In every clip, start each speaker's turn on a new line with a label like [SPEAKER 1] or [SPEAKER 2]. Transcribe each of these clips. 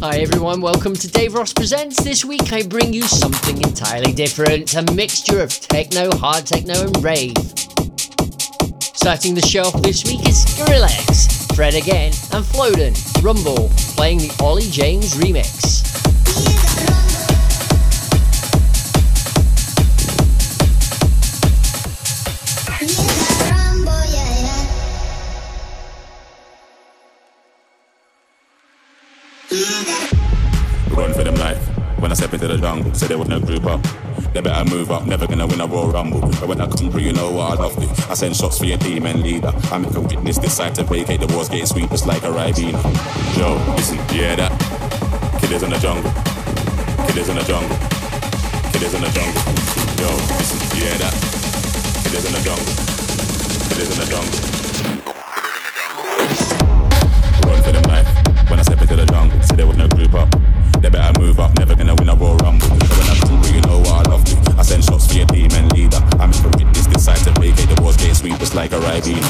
[SPEAKER 1] Hi everyone, welcome to Dave Ross Presents. This week I bring you something entirely different a mixture of techno, hard techno, and rave. Starting the show off this week is Skrillex, Fred Again, and Floden, Rumble, playing the Ollie James remix.
[SPEAKER 2] Run for them life. When I step into the jungle, say they would not group up. They better move up, never gonna win a Royal Rumble. But when I come through, you know what I'd love to. I send shots for your team and leader. I make a witness decide to vacate the wars, getting sweet just like a Ribena. Yo, listen, yeah, that. Kid is in the jungle. Kid is in the jungle. Kid is in the jungle. Yo, listen, yeah, that. Kid is in the jungle. Kid is in the jungle. Run for them life. When I step into the jungle, say they would not group up. They better move up, never gonna win a Royal Rumble. So when I come through, you know what I love to. I send shots for your team and leader. I make a witness decide to vacate the wars, get sweep just like a Ribena.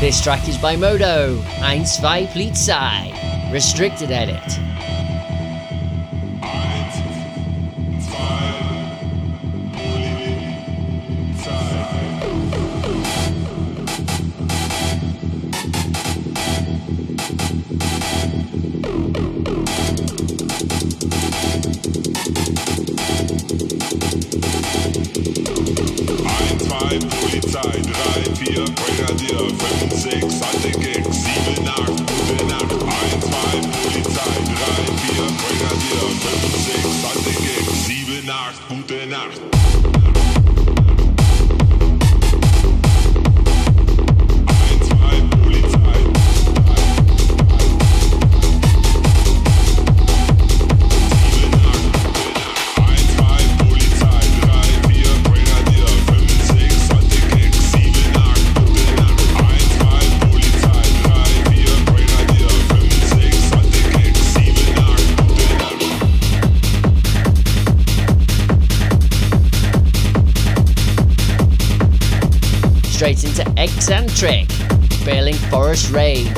[SPEAKER 1] This track is by Modo, Ein, zwei, Polizei, restricted edit.
[SPEAKER 2] Nacht.
[SPEAKER 3] straight into Eccentric, Bailing Forest Rave.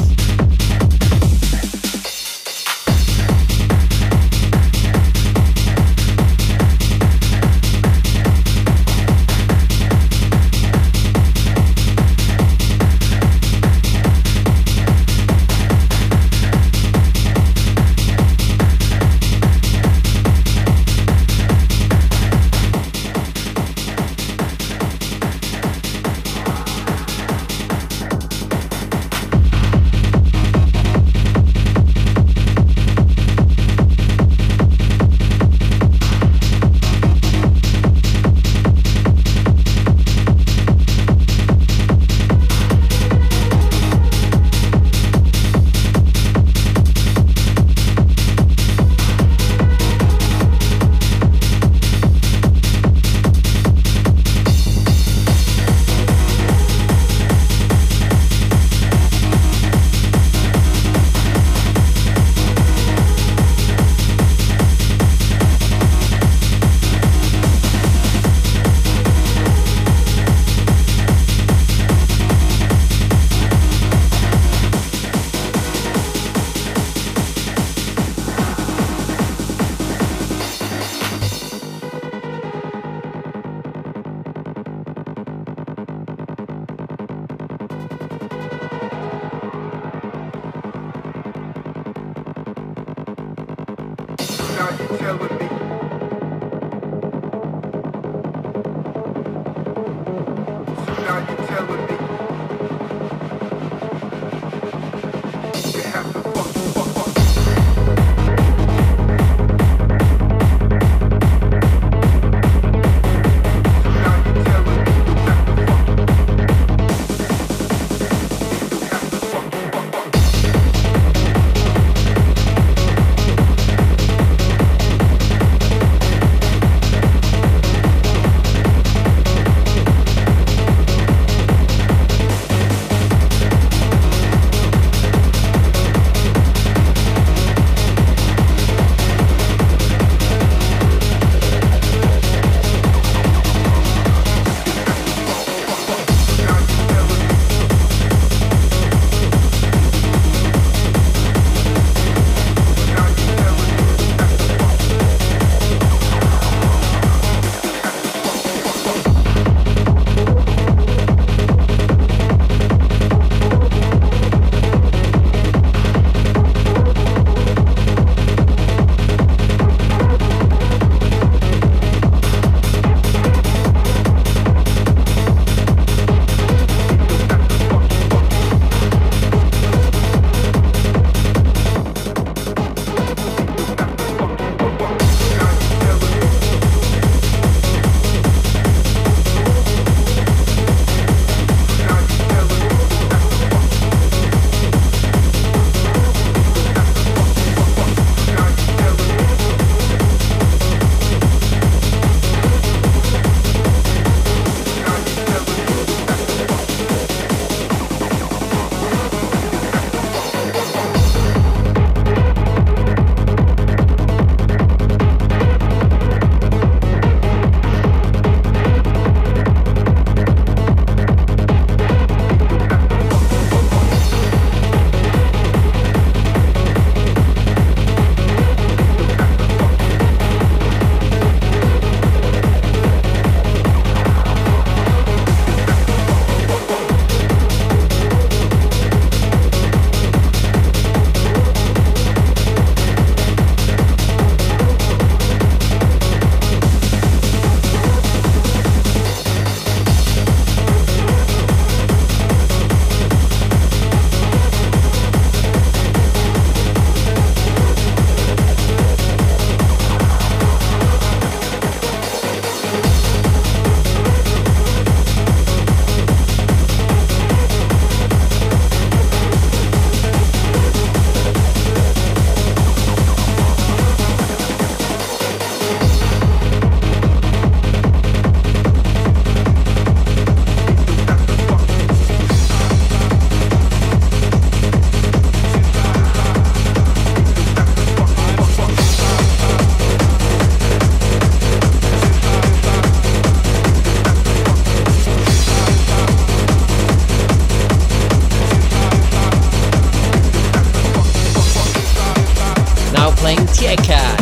[SPEAKER 4] Eckert.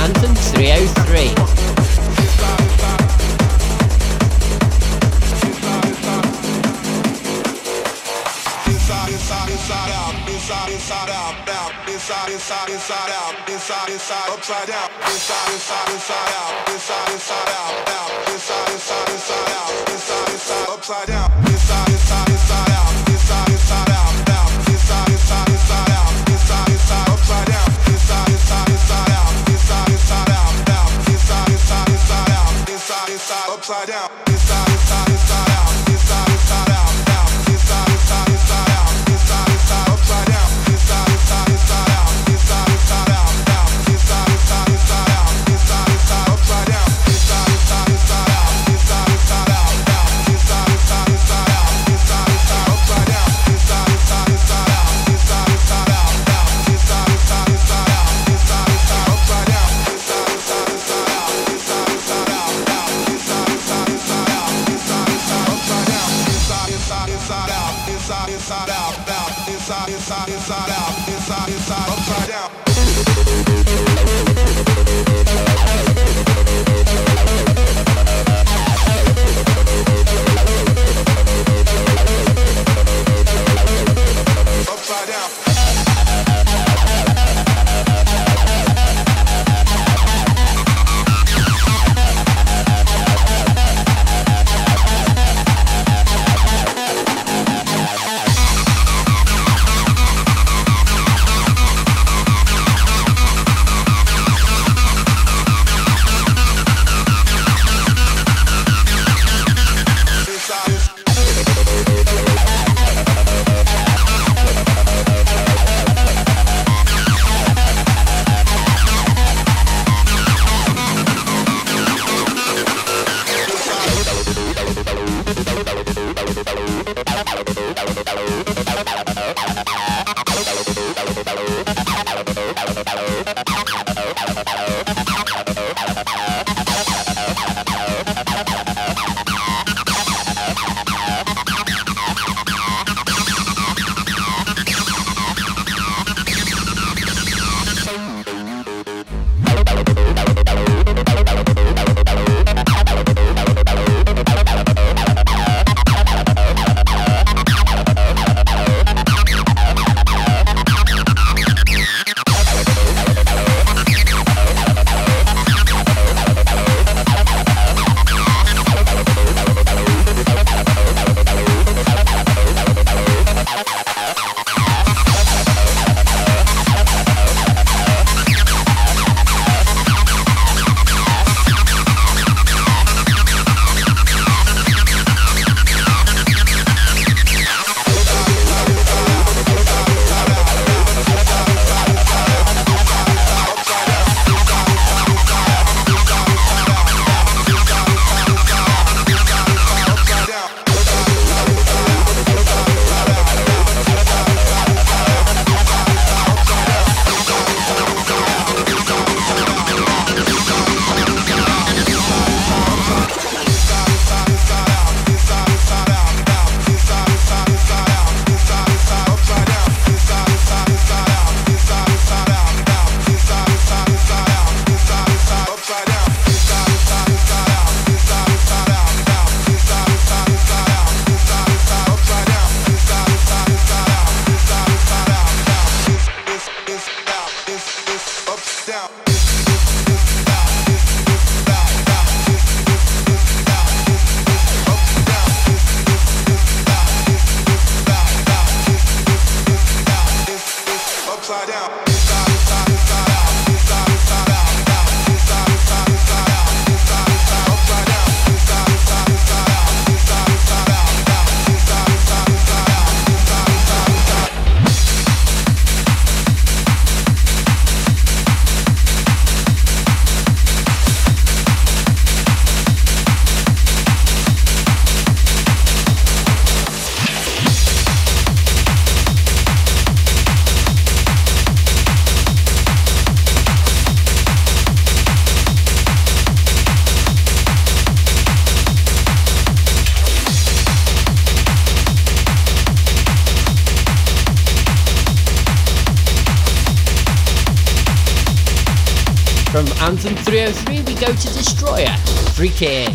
[SPEAKER 4] Anthem 303.
[SPEAKER 5] inside, inside out, inside, inside out, out, inside, inside, inside out, inside, inside, upside down, inside, inside, inside out, inside, inside out, out, inside, inside, inside out, inside, inside, upside down, inside, inside, inside out, inside, inside out, out, inside, inside, inside out, inside, inside, upside down, inside, inside, inside out, inside, inside out, out, inside, inside, inside out, inside, inside, upside down, inside, inside, inside out, inside, inside out, out, inside, inside, inside out.
[SPEAKER 4] From Anthem 303, we go to Destroyer, Freak Air.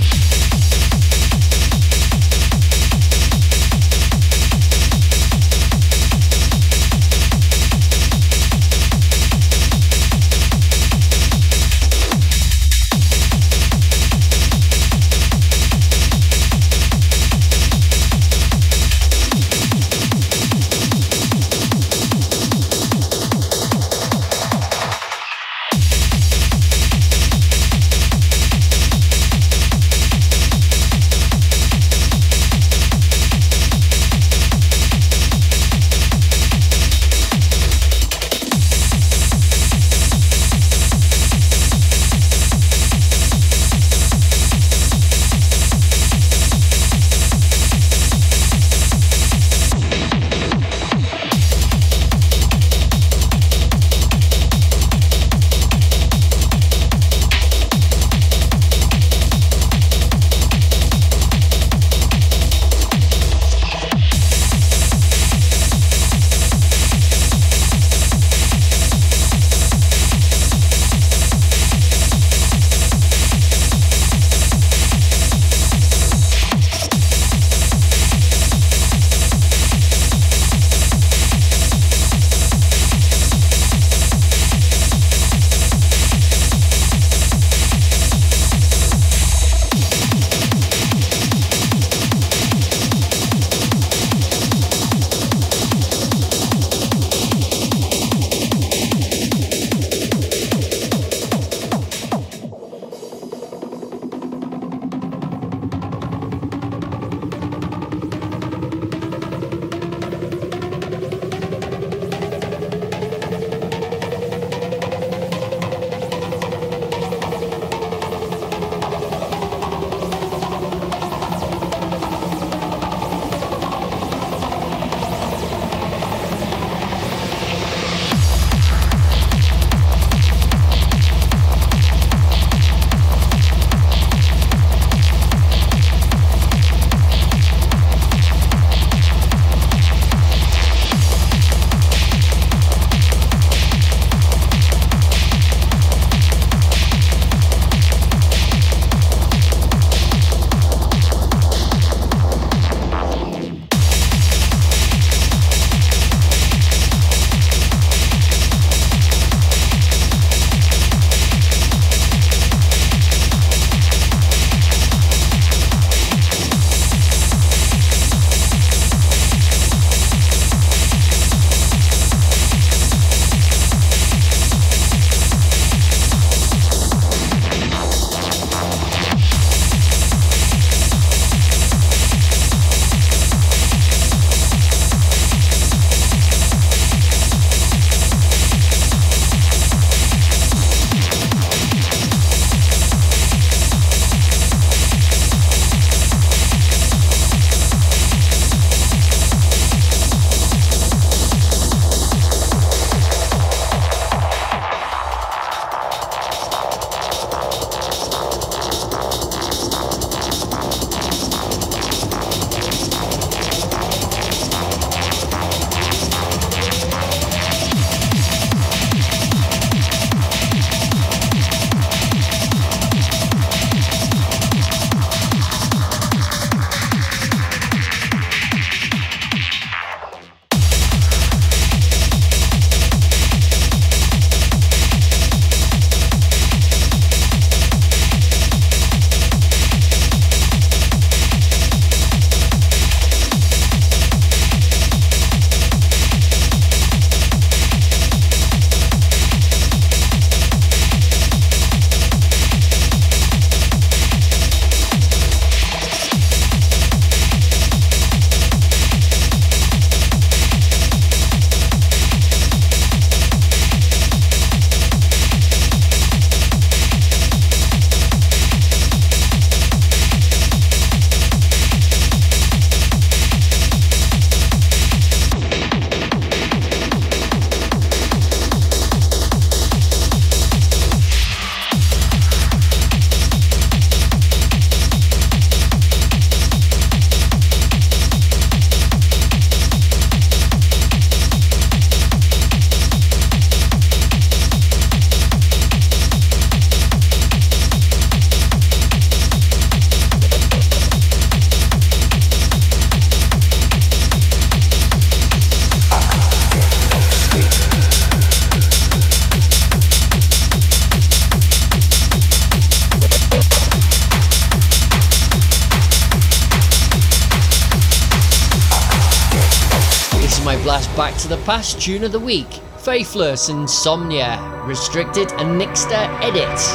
[SPEAKER 4] my blast back to the past tune of the week Faithless Insomnia, Restricted and Nixter Edits.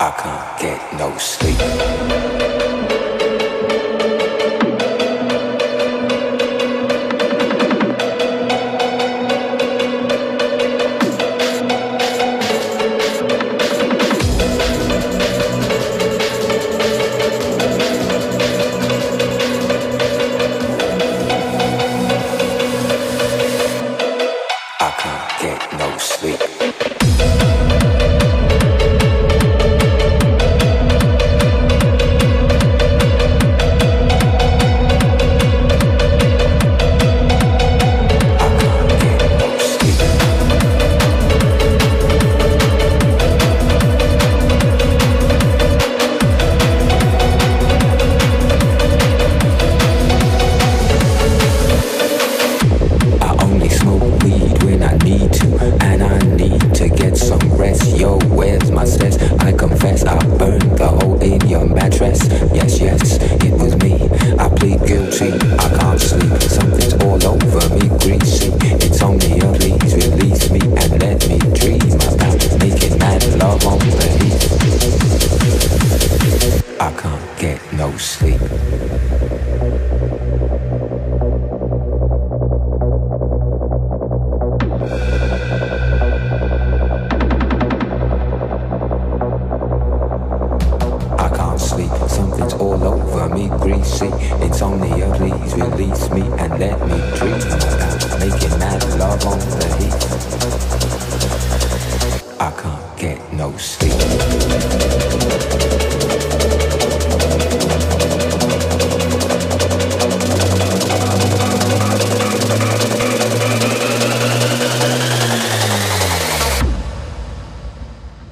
[SPEAKER 6] I can't get no sleep. I can't get no sleep. I can't get no sleep. I only smoke weed when I need to, and I need to get some rest. Yo, where's my stress? I confess I burned the hole in your mattress. Yes, yes, it was me. I plead guilty. I can't sleep. Something's all over me, greasy. It's on me, oh, please release me and let me dream about making mad love on the heat. I can't get no sleep. I can't sleep, something's all over me, greasy. It's on the air, please release me and let me dream about making mad love on the heat. I can't get no sleep.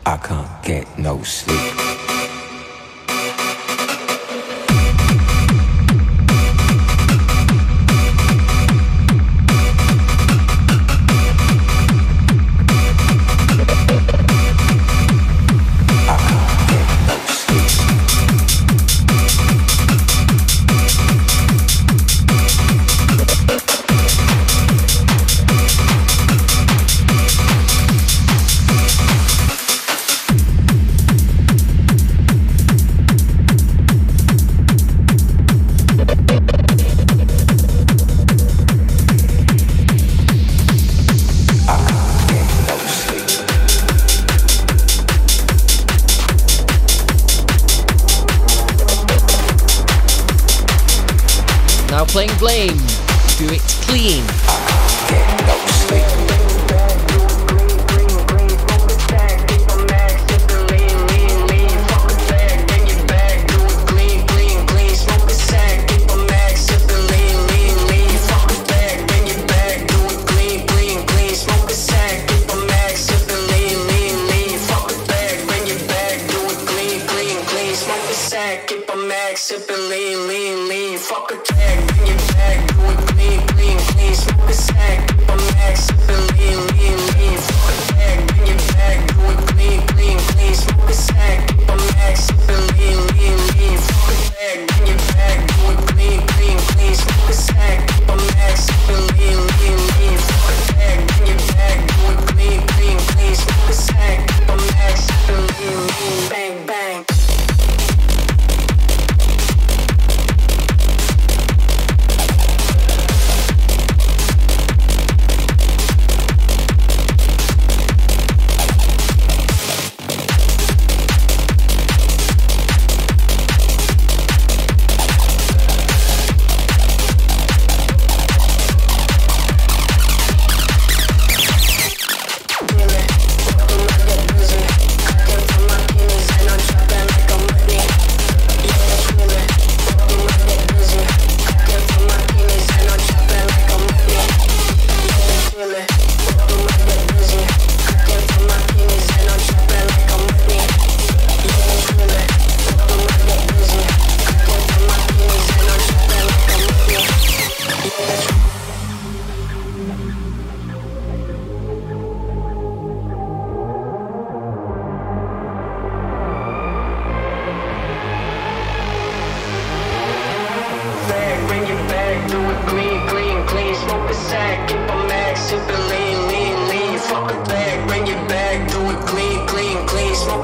[SPEAKER 6] I can't get no sleep. I can't get no sleep. I can't get no sleep.
[SPEAKER 4] Now playing Blame, Do It Clean.
[SPEAKER 6] Get no sleep.
[SPEAKER 3] Keep a max, sip it lean, lean, lean. Fuck a tag, bring it back, do it clean, clean, clean. Smoke a sack, keep a max, sip it lean, lean, lean. Fuck a tag, bring it back, do it clean, clean, clean. Smoke a sack, keep a max, sip it lean, lean, lean. Fuck a tag, bring it back, do it clean, clean, clean. Smoke a sack, keep a max, sip it lean, lean, lean. Fuck a tag, bring it back, do it clean, clean, clean. Smoke a sack, keep a max, sip it lean, lean. Bang, bang.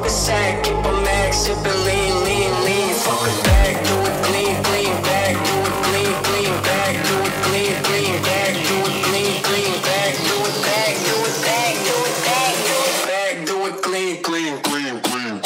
[SPEAKER 3] sack, keep a max, sip it lean, lean, lean. Fuck it back, do it clean, clean, back, do it clean, clean, back, do it clean, clean, back, do it clean, clean, back, do it back, do it back, do it back, do it back, do it clean, clean, clean, clean, clean.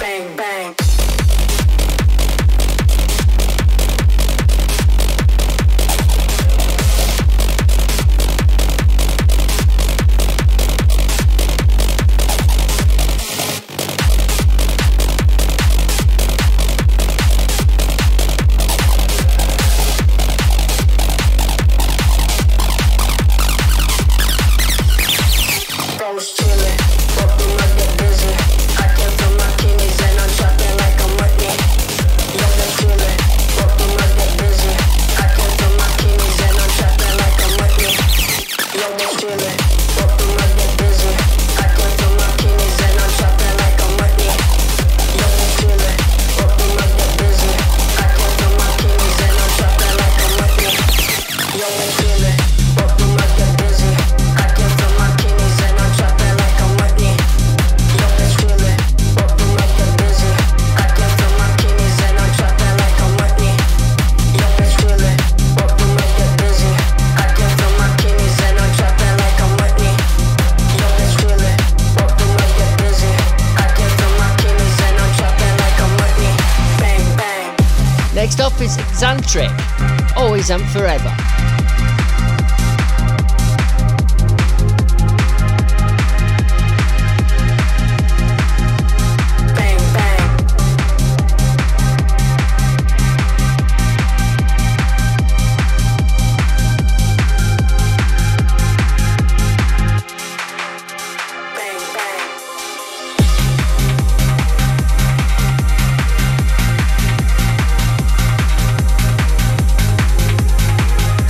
[SPEAKER 3] Bang, bang. I was chillin', but we must get busy. I came from my kidneys and I'm trapping like a mutton. Yeah, I'm chillin', but we must get busy. I came from my kidneys and I'm trapping like a mutton. Yeah, I'm chillin', but we must get busy. I came from my kidneys and I'm trapping like a mutton. Yeah, I'm chillin', but we must get busy. I came from my kidneys and I'm trapping like a mutton. Yo, I'm feeling, but we must get busy. I came from my kidneys and I'm trapping like a mutton. Yo, I'm feeling, but we must get busy. I came from my kidneys and I'm trapping like a mutton. Yo, I'm feeling, but we must get busy. I came from my kidneys and I'm trapping like a mutton. Yo, I'm feeling, but we must get busy. I came from my kidneys and I'm trapping like a mutton. Bang bang.
[SPEAKER 4] Next up is Xantric, always and forever.
[SPEAKER 3] Bang bang. Bang bang.
[SPEAKER 7] Bang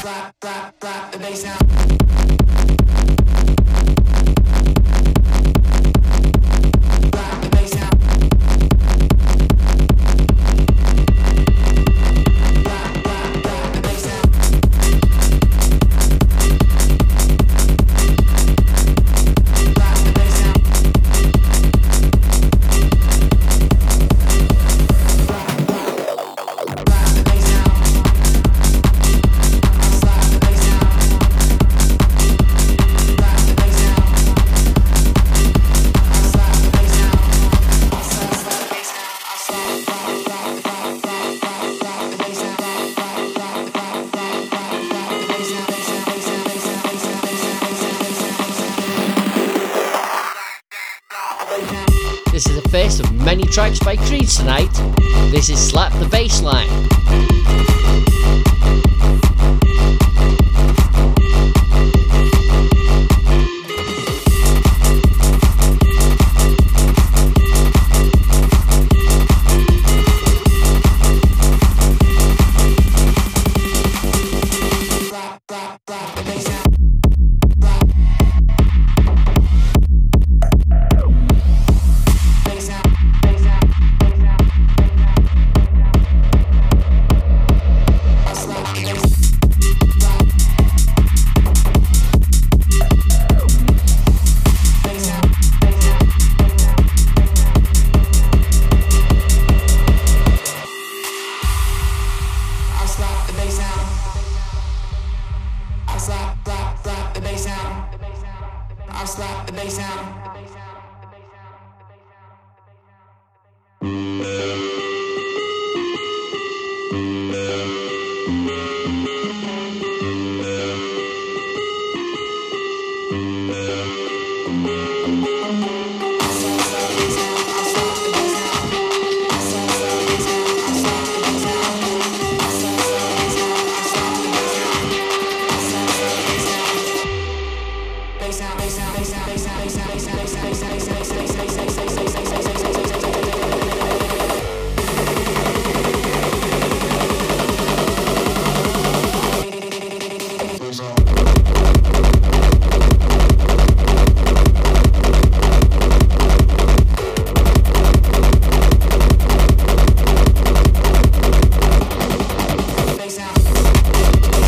[SPEAKER 7] drop the bass down. Drop the bass down. Drop, drop, drop the bass down. Drop the bass down. Drop the bass down. Drop the bass down. Drop the bass down. Drop the bass down. Drop the bass down.
[SPEAKER 4] This is the first of many tracks by Creed tonight. This is Slap the Bassline.
[SPEAKER 7] I slap the bass down. I slap, slap, slap the bass down. I slap the bass down. Bass down, bass down, bass down, bass down, bass down, bass down, bass down, bass down, bass down, bass down, bass down, bass down, bass down, bass down, bass down, bass down, bass down. Bass down.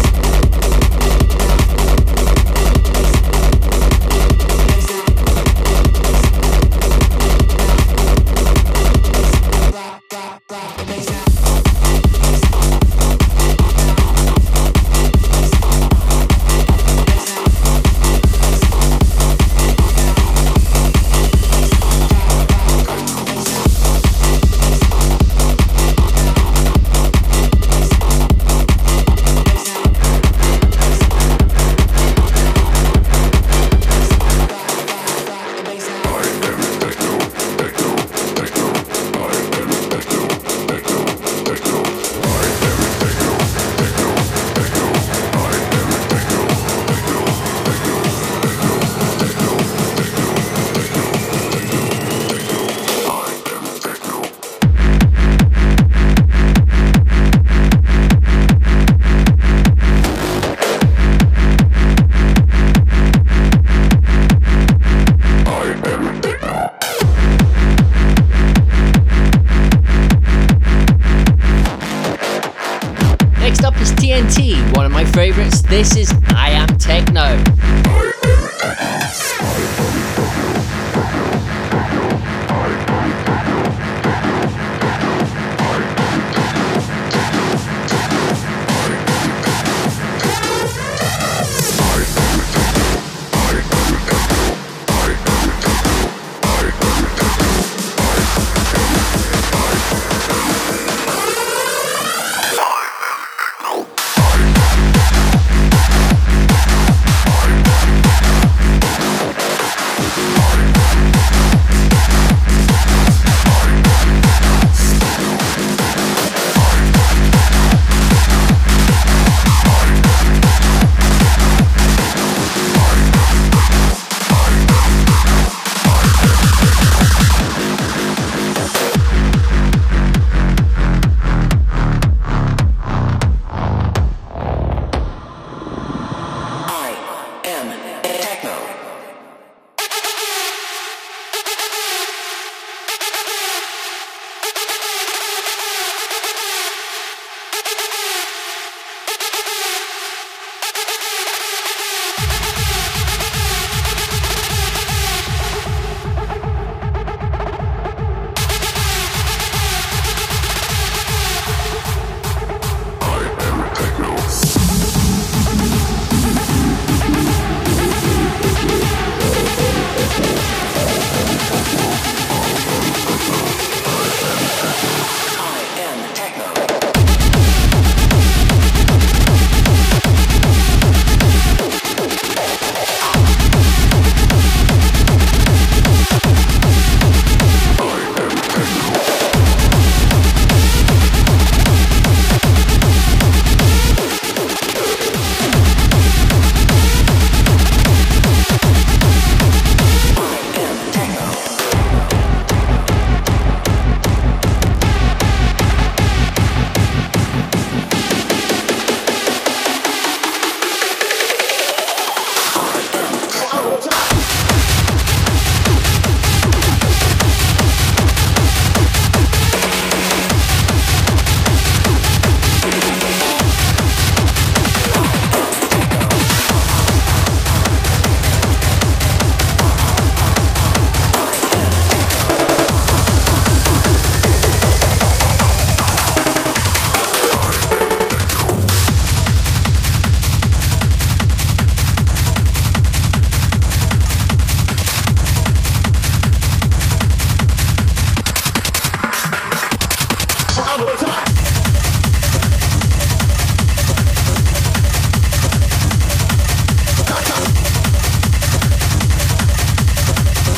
[SPEAKER 4] Next up is TNT, one of my favorites. This is I Am Techno.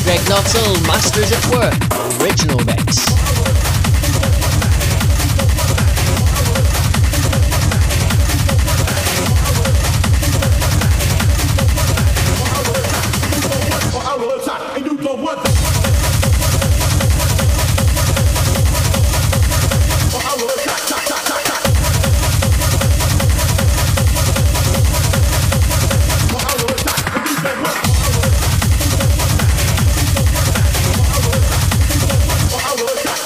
[SPEAKER 4] Greg Nuttall, Masters at Work, original mix.
[SPEAKER 5] I will attack.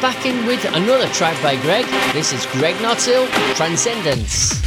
[SPEAKER 4] back in with another track by Greg. This is Greg Nottill, Transcendence.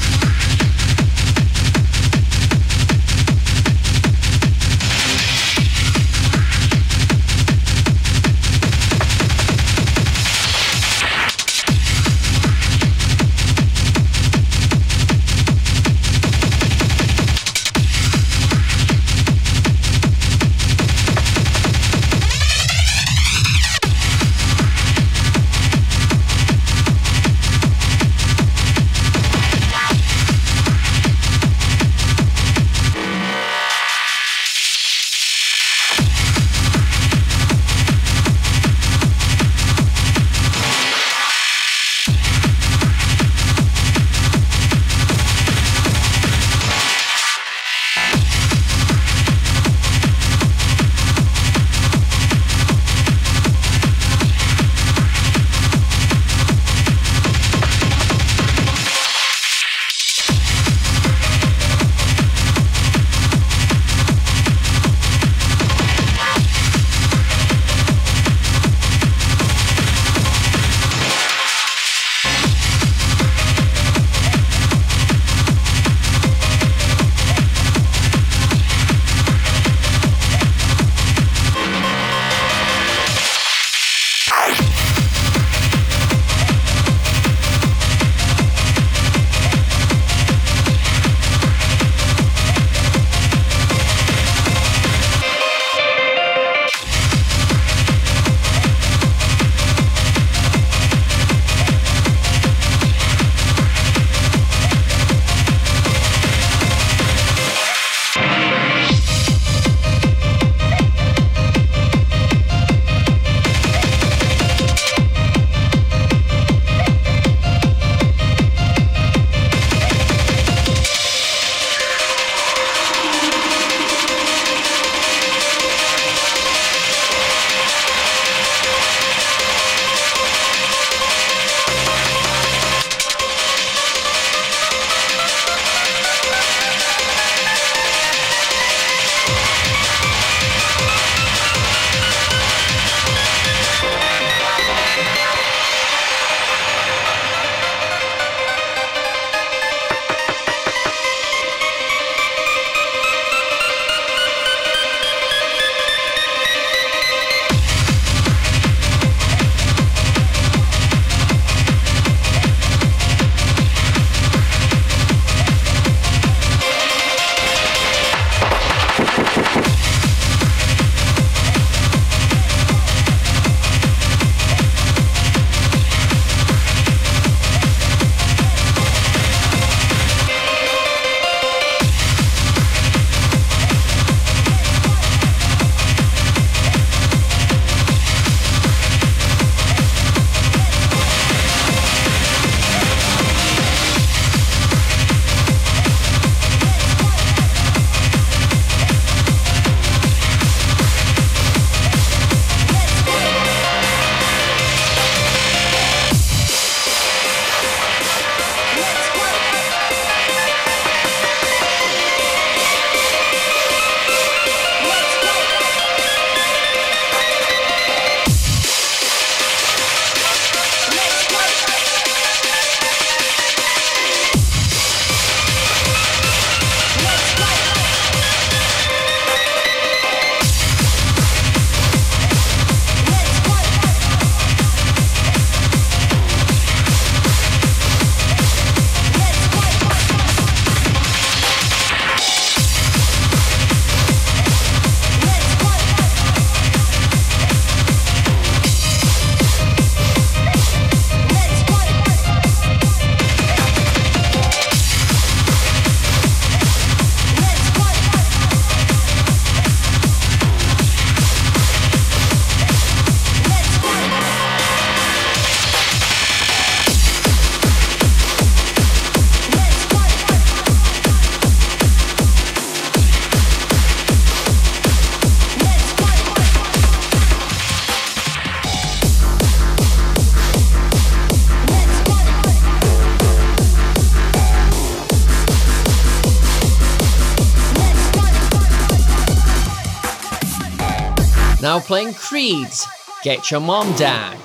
[SPEAKER 4] Now playing Creed's Get Your Mom Down.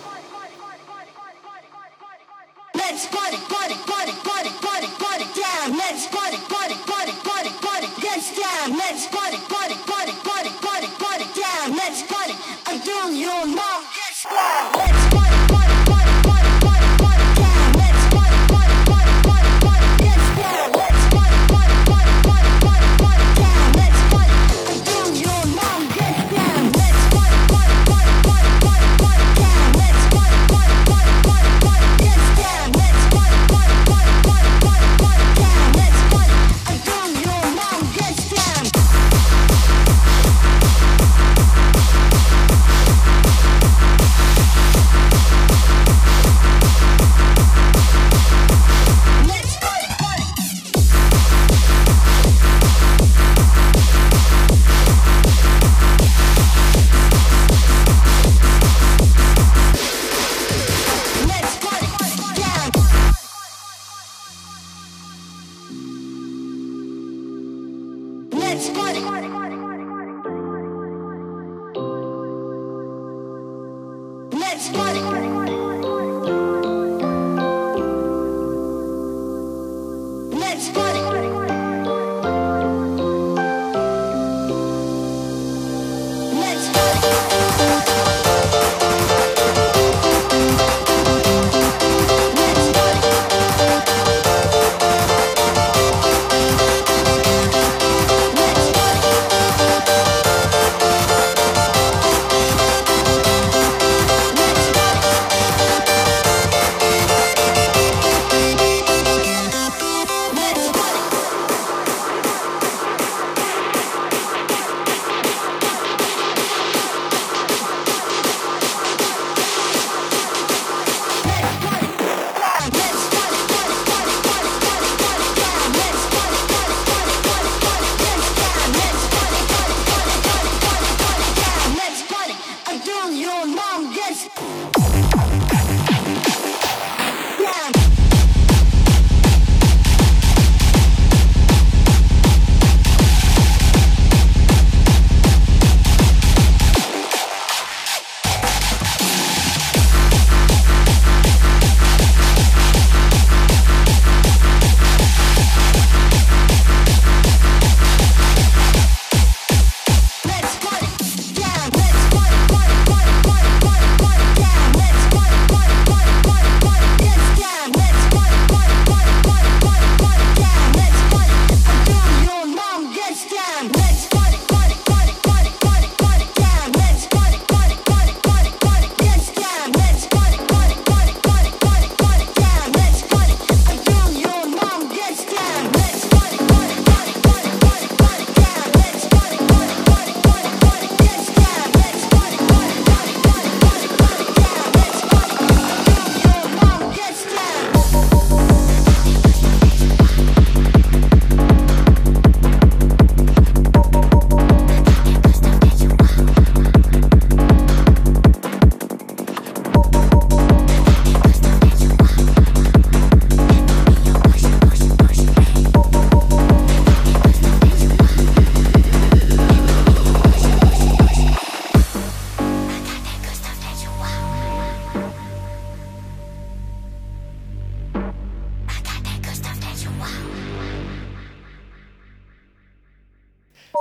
[SPEAKER 7] down, let's party, party, party, party, party, party down, let's party until you know it's down. Let's party, party, party, party, party, party down, let's party, party, party, party, party, let's down, let's party, party, party, party, party, party down, let's party until you know it's down. Let's party, party, party, party, party, party down, let's party, party, party, party, party, let's down, let's party, party, party, party, party, party down, let's party until you know it's down. Let's party, party. Let's party, party down. Let's party. Let's party. Let's party. Let's party. Let's party. Let's party. Let's party. Let's party. Let's party until your mom gets down. Let's party down. Let's party, party, party, party, party, party down. Let's party, party, party, party, party, let's down. Let's party, party, party, party, party, party down. Let's party until your mom gets down. Let's party, party, party, party, party, party down. Let's party, party, party, party, party, let's down. Let's party, party, party, party, party, party down. Let's party until your mom gets down. Let's party, party, party, party, party, party down. Let's party, party, party, party, party, let's down. Let's party, party, party, party, party, party down. Let's party until your mom gets down.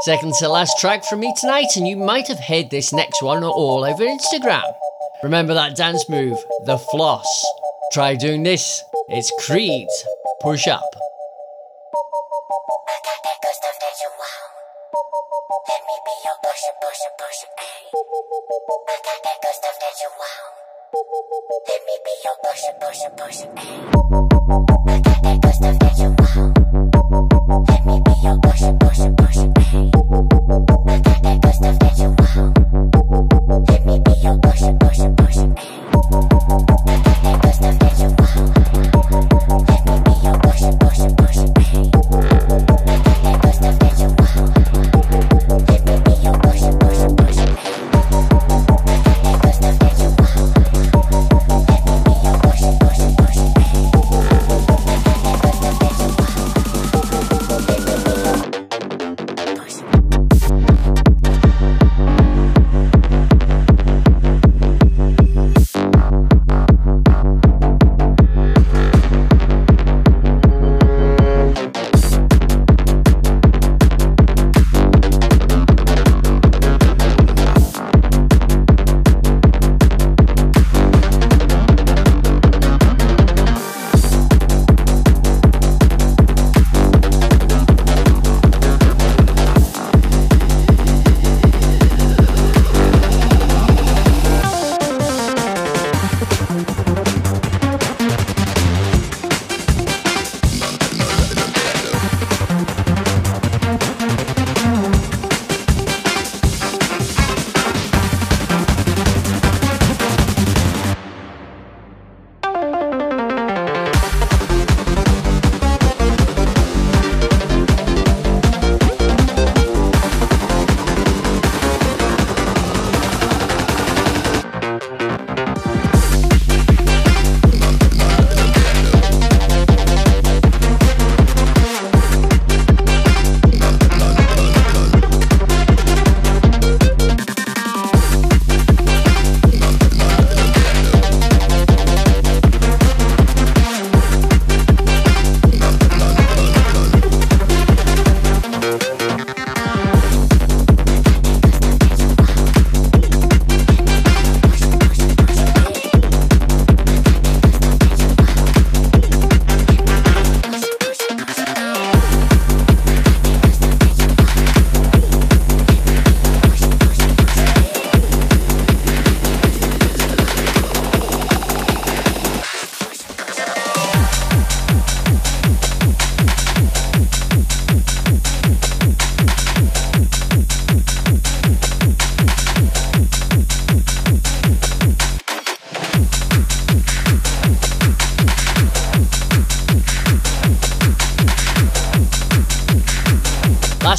[SPEAKER 4] Second to last track from me tonight, and you might have heard this next one all over Instagram. Remember that dance move, the floss. Try doing this. It's Creed. Push up.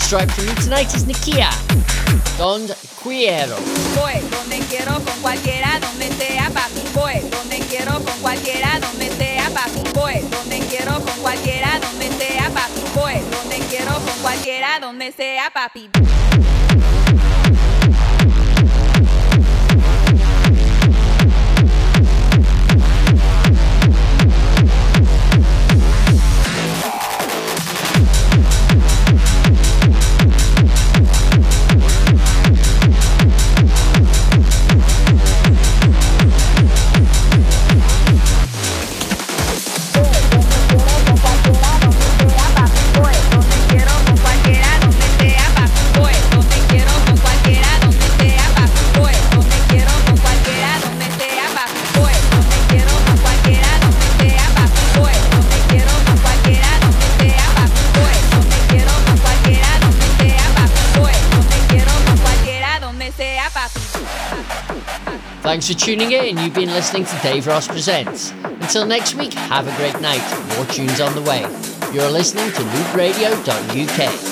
[SPEAKER 4] track for you tonight is Nikia, Don Quiero.
[SPEAKER 7] Voy donde quiero con cualquiera, donde sea papi. Voy donde quiero con cualquiera, donde sea papi. Voy donde quiero con cualquiera, donde sea papi. Voy donde quiero con cualquiera, donde sea papi. Voy donde quiero con cualquiera, donde sea papi. Voy donde quiero con cualquiera, donde sea papi. Voy donde quiero con cualquiera, donde sea papi. Voy donde quiero con cualquiera, donde sea papi. Voy donde quiero con cualquiera, donde sea papi. Voy donde quiero con cualquiera, donde sea papi. Voy donde quiero con cualquiera, donde sea papi.
[SPEAKER 4] Thanks for tuning in. You've been listening to Dave Ross Presents. Until next week, have a great night. More tunes on the way. You're listening to loopradio.uk.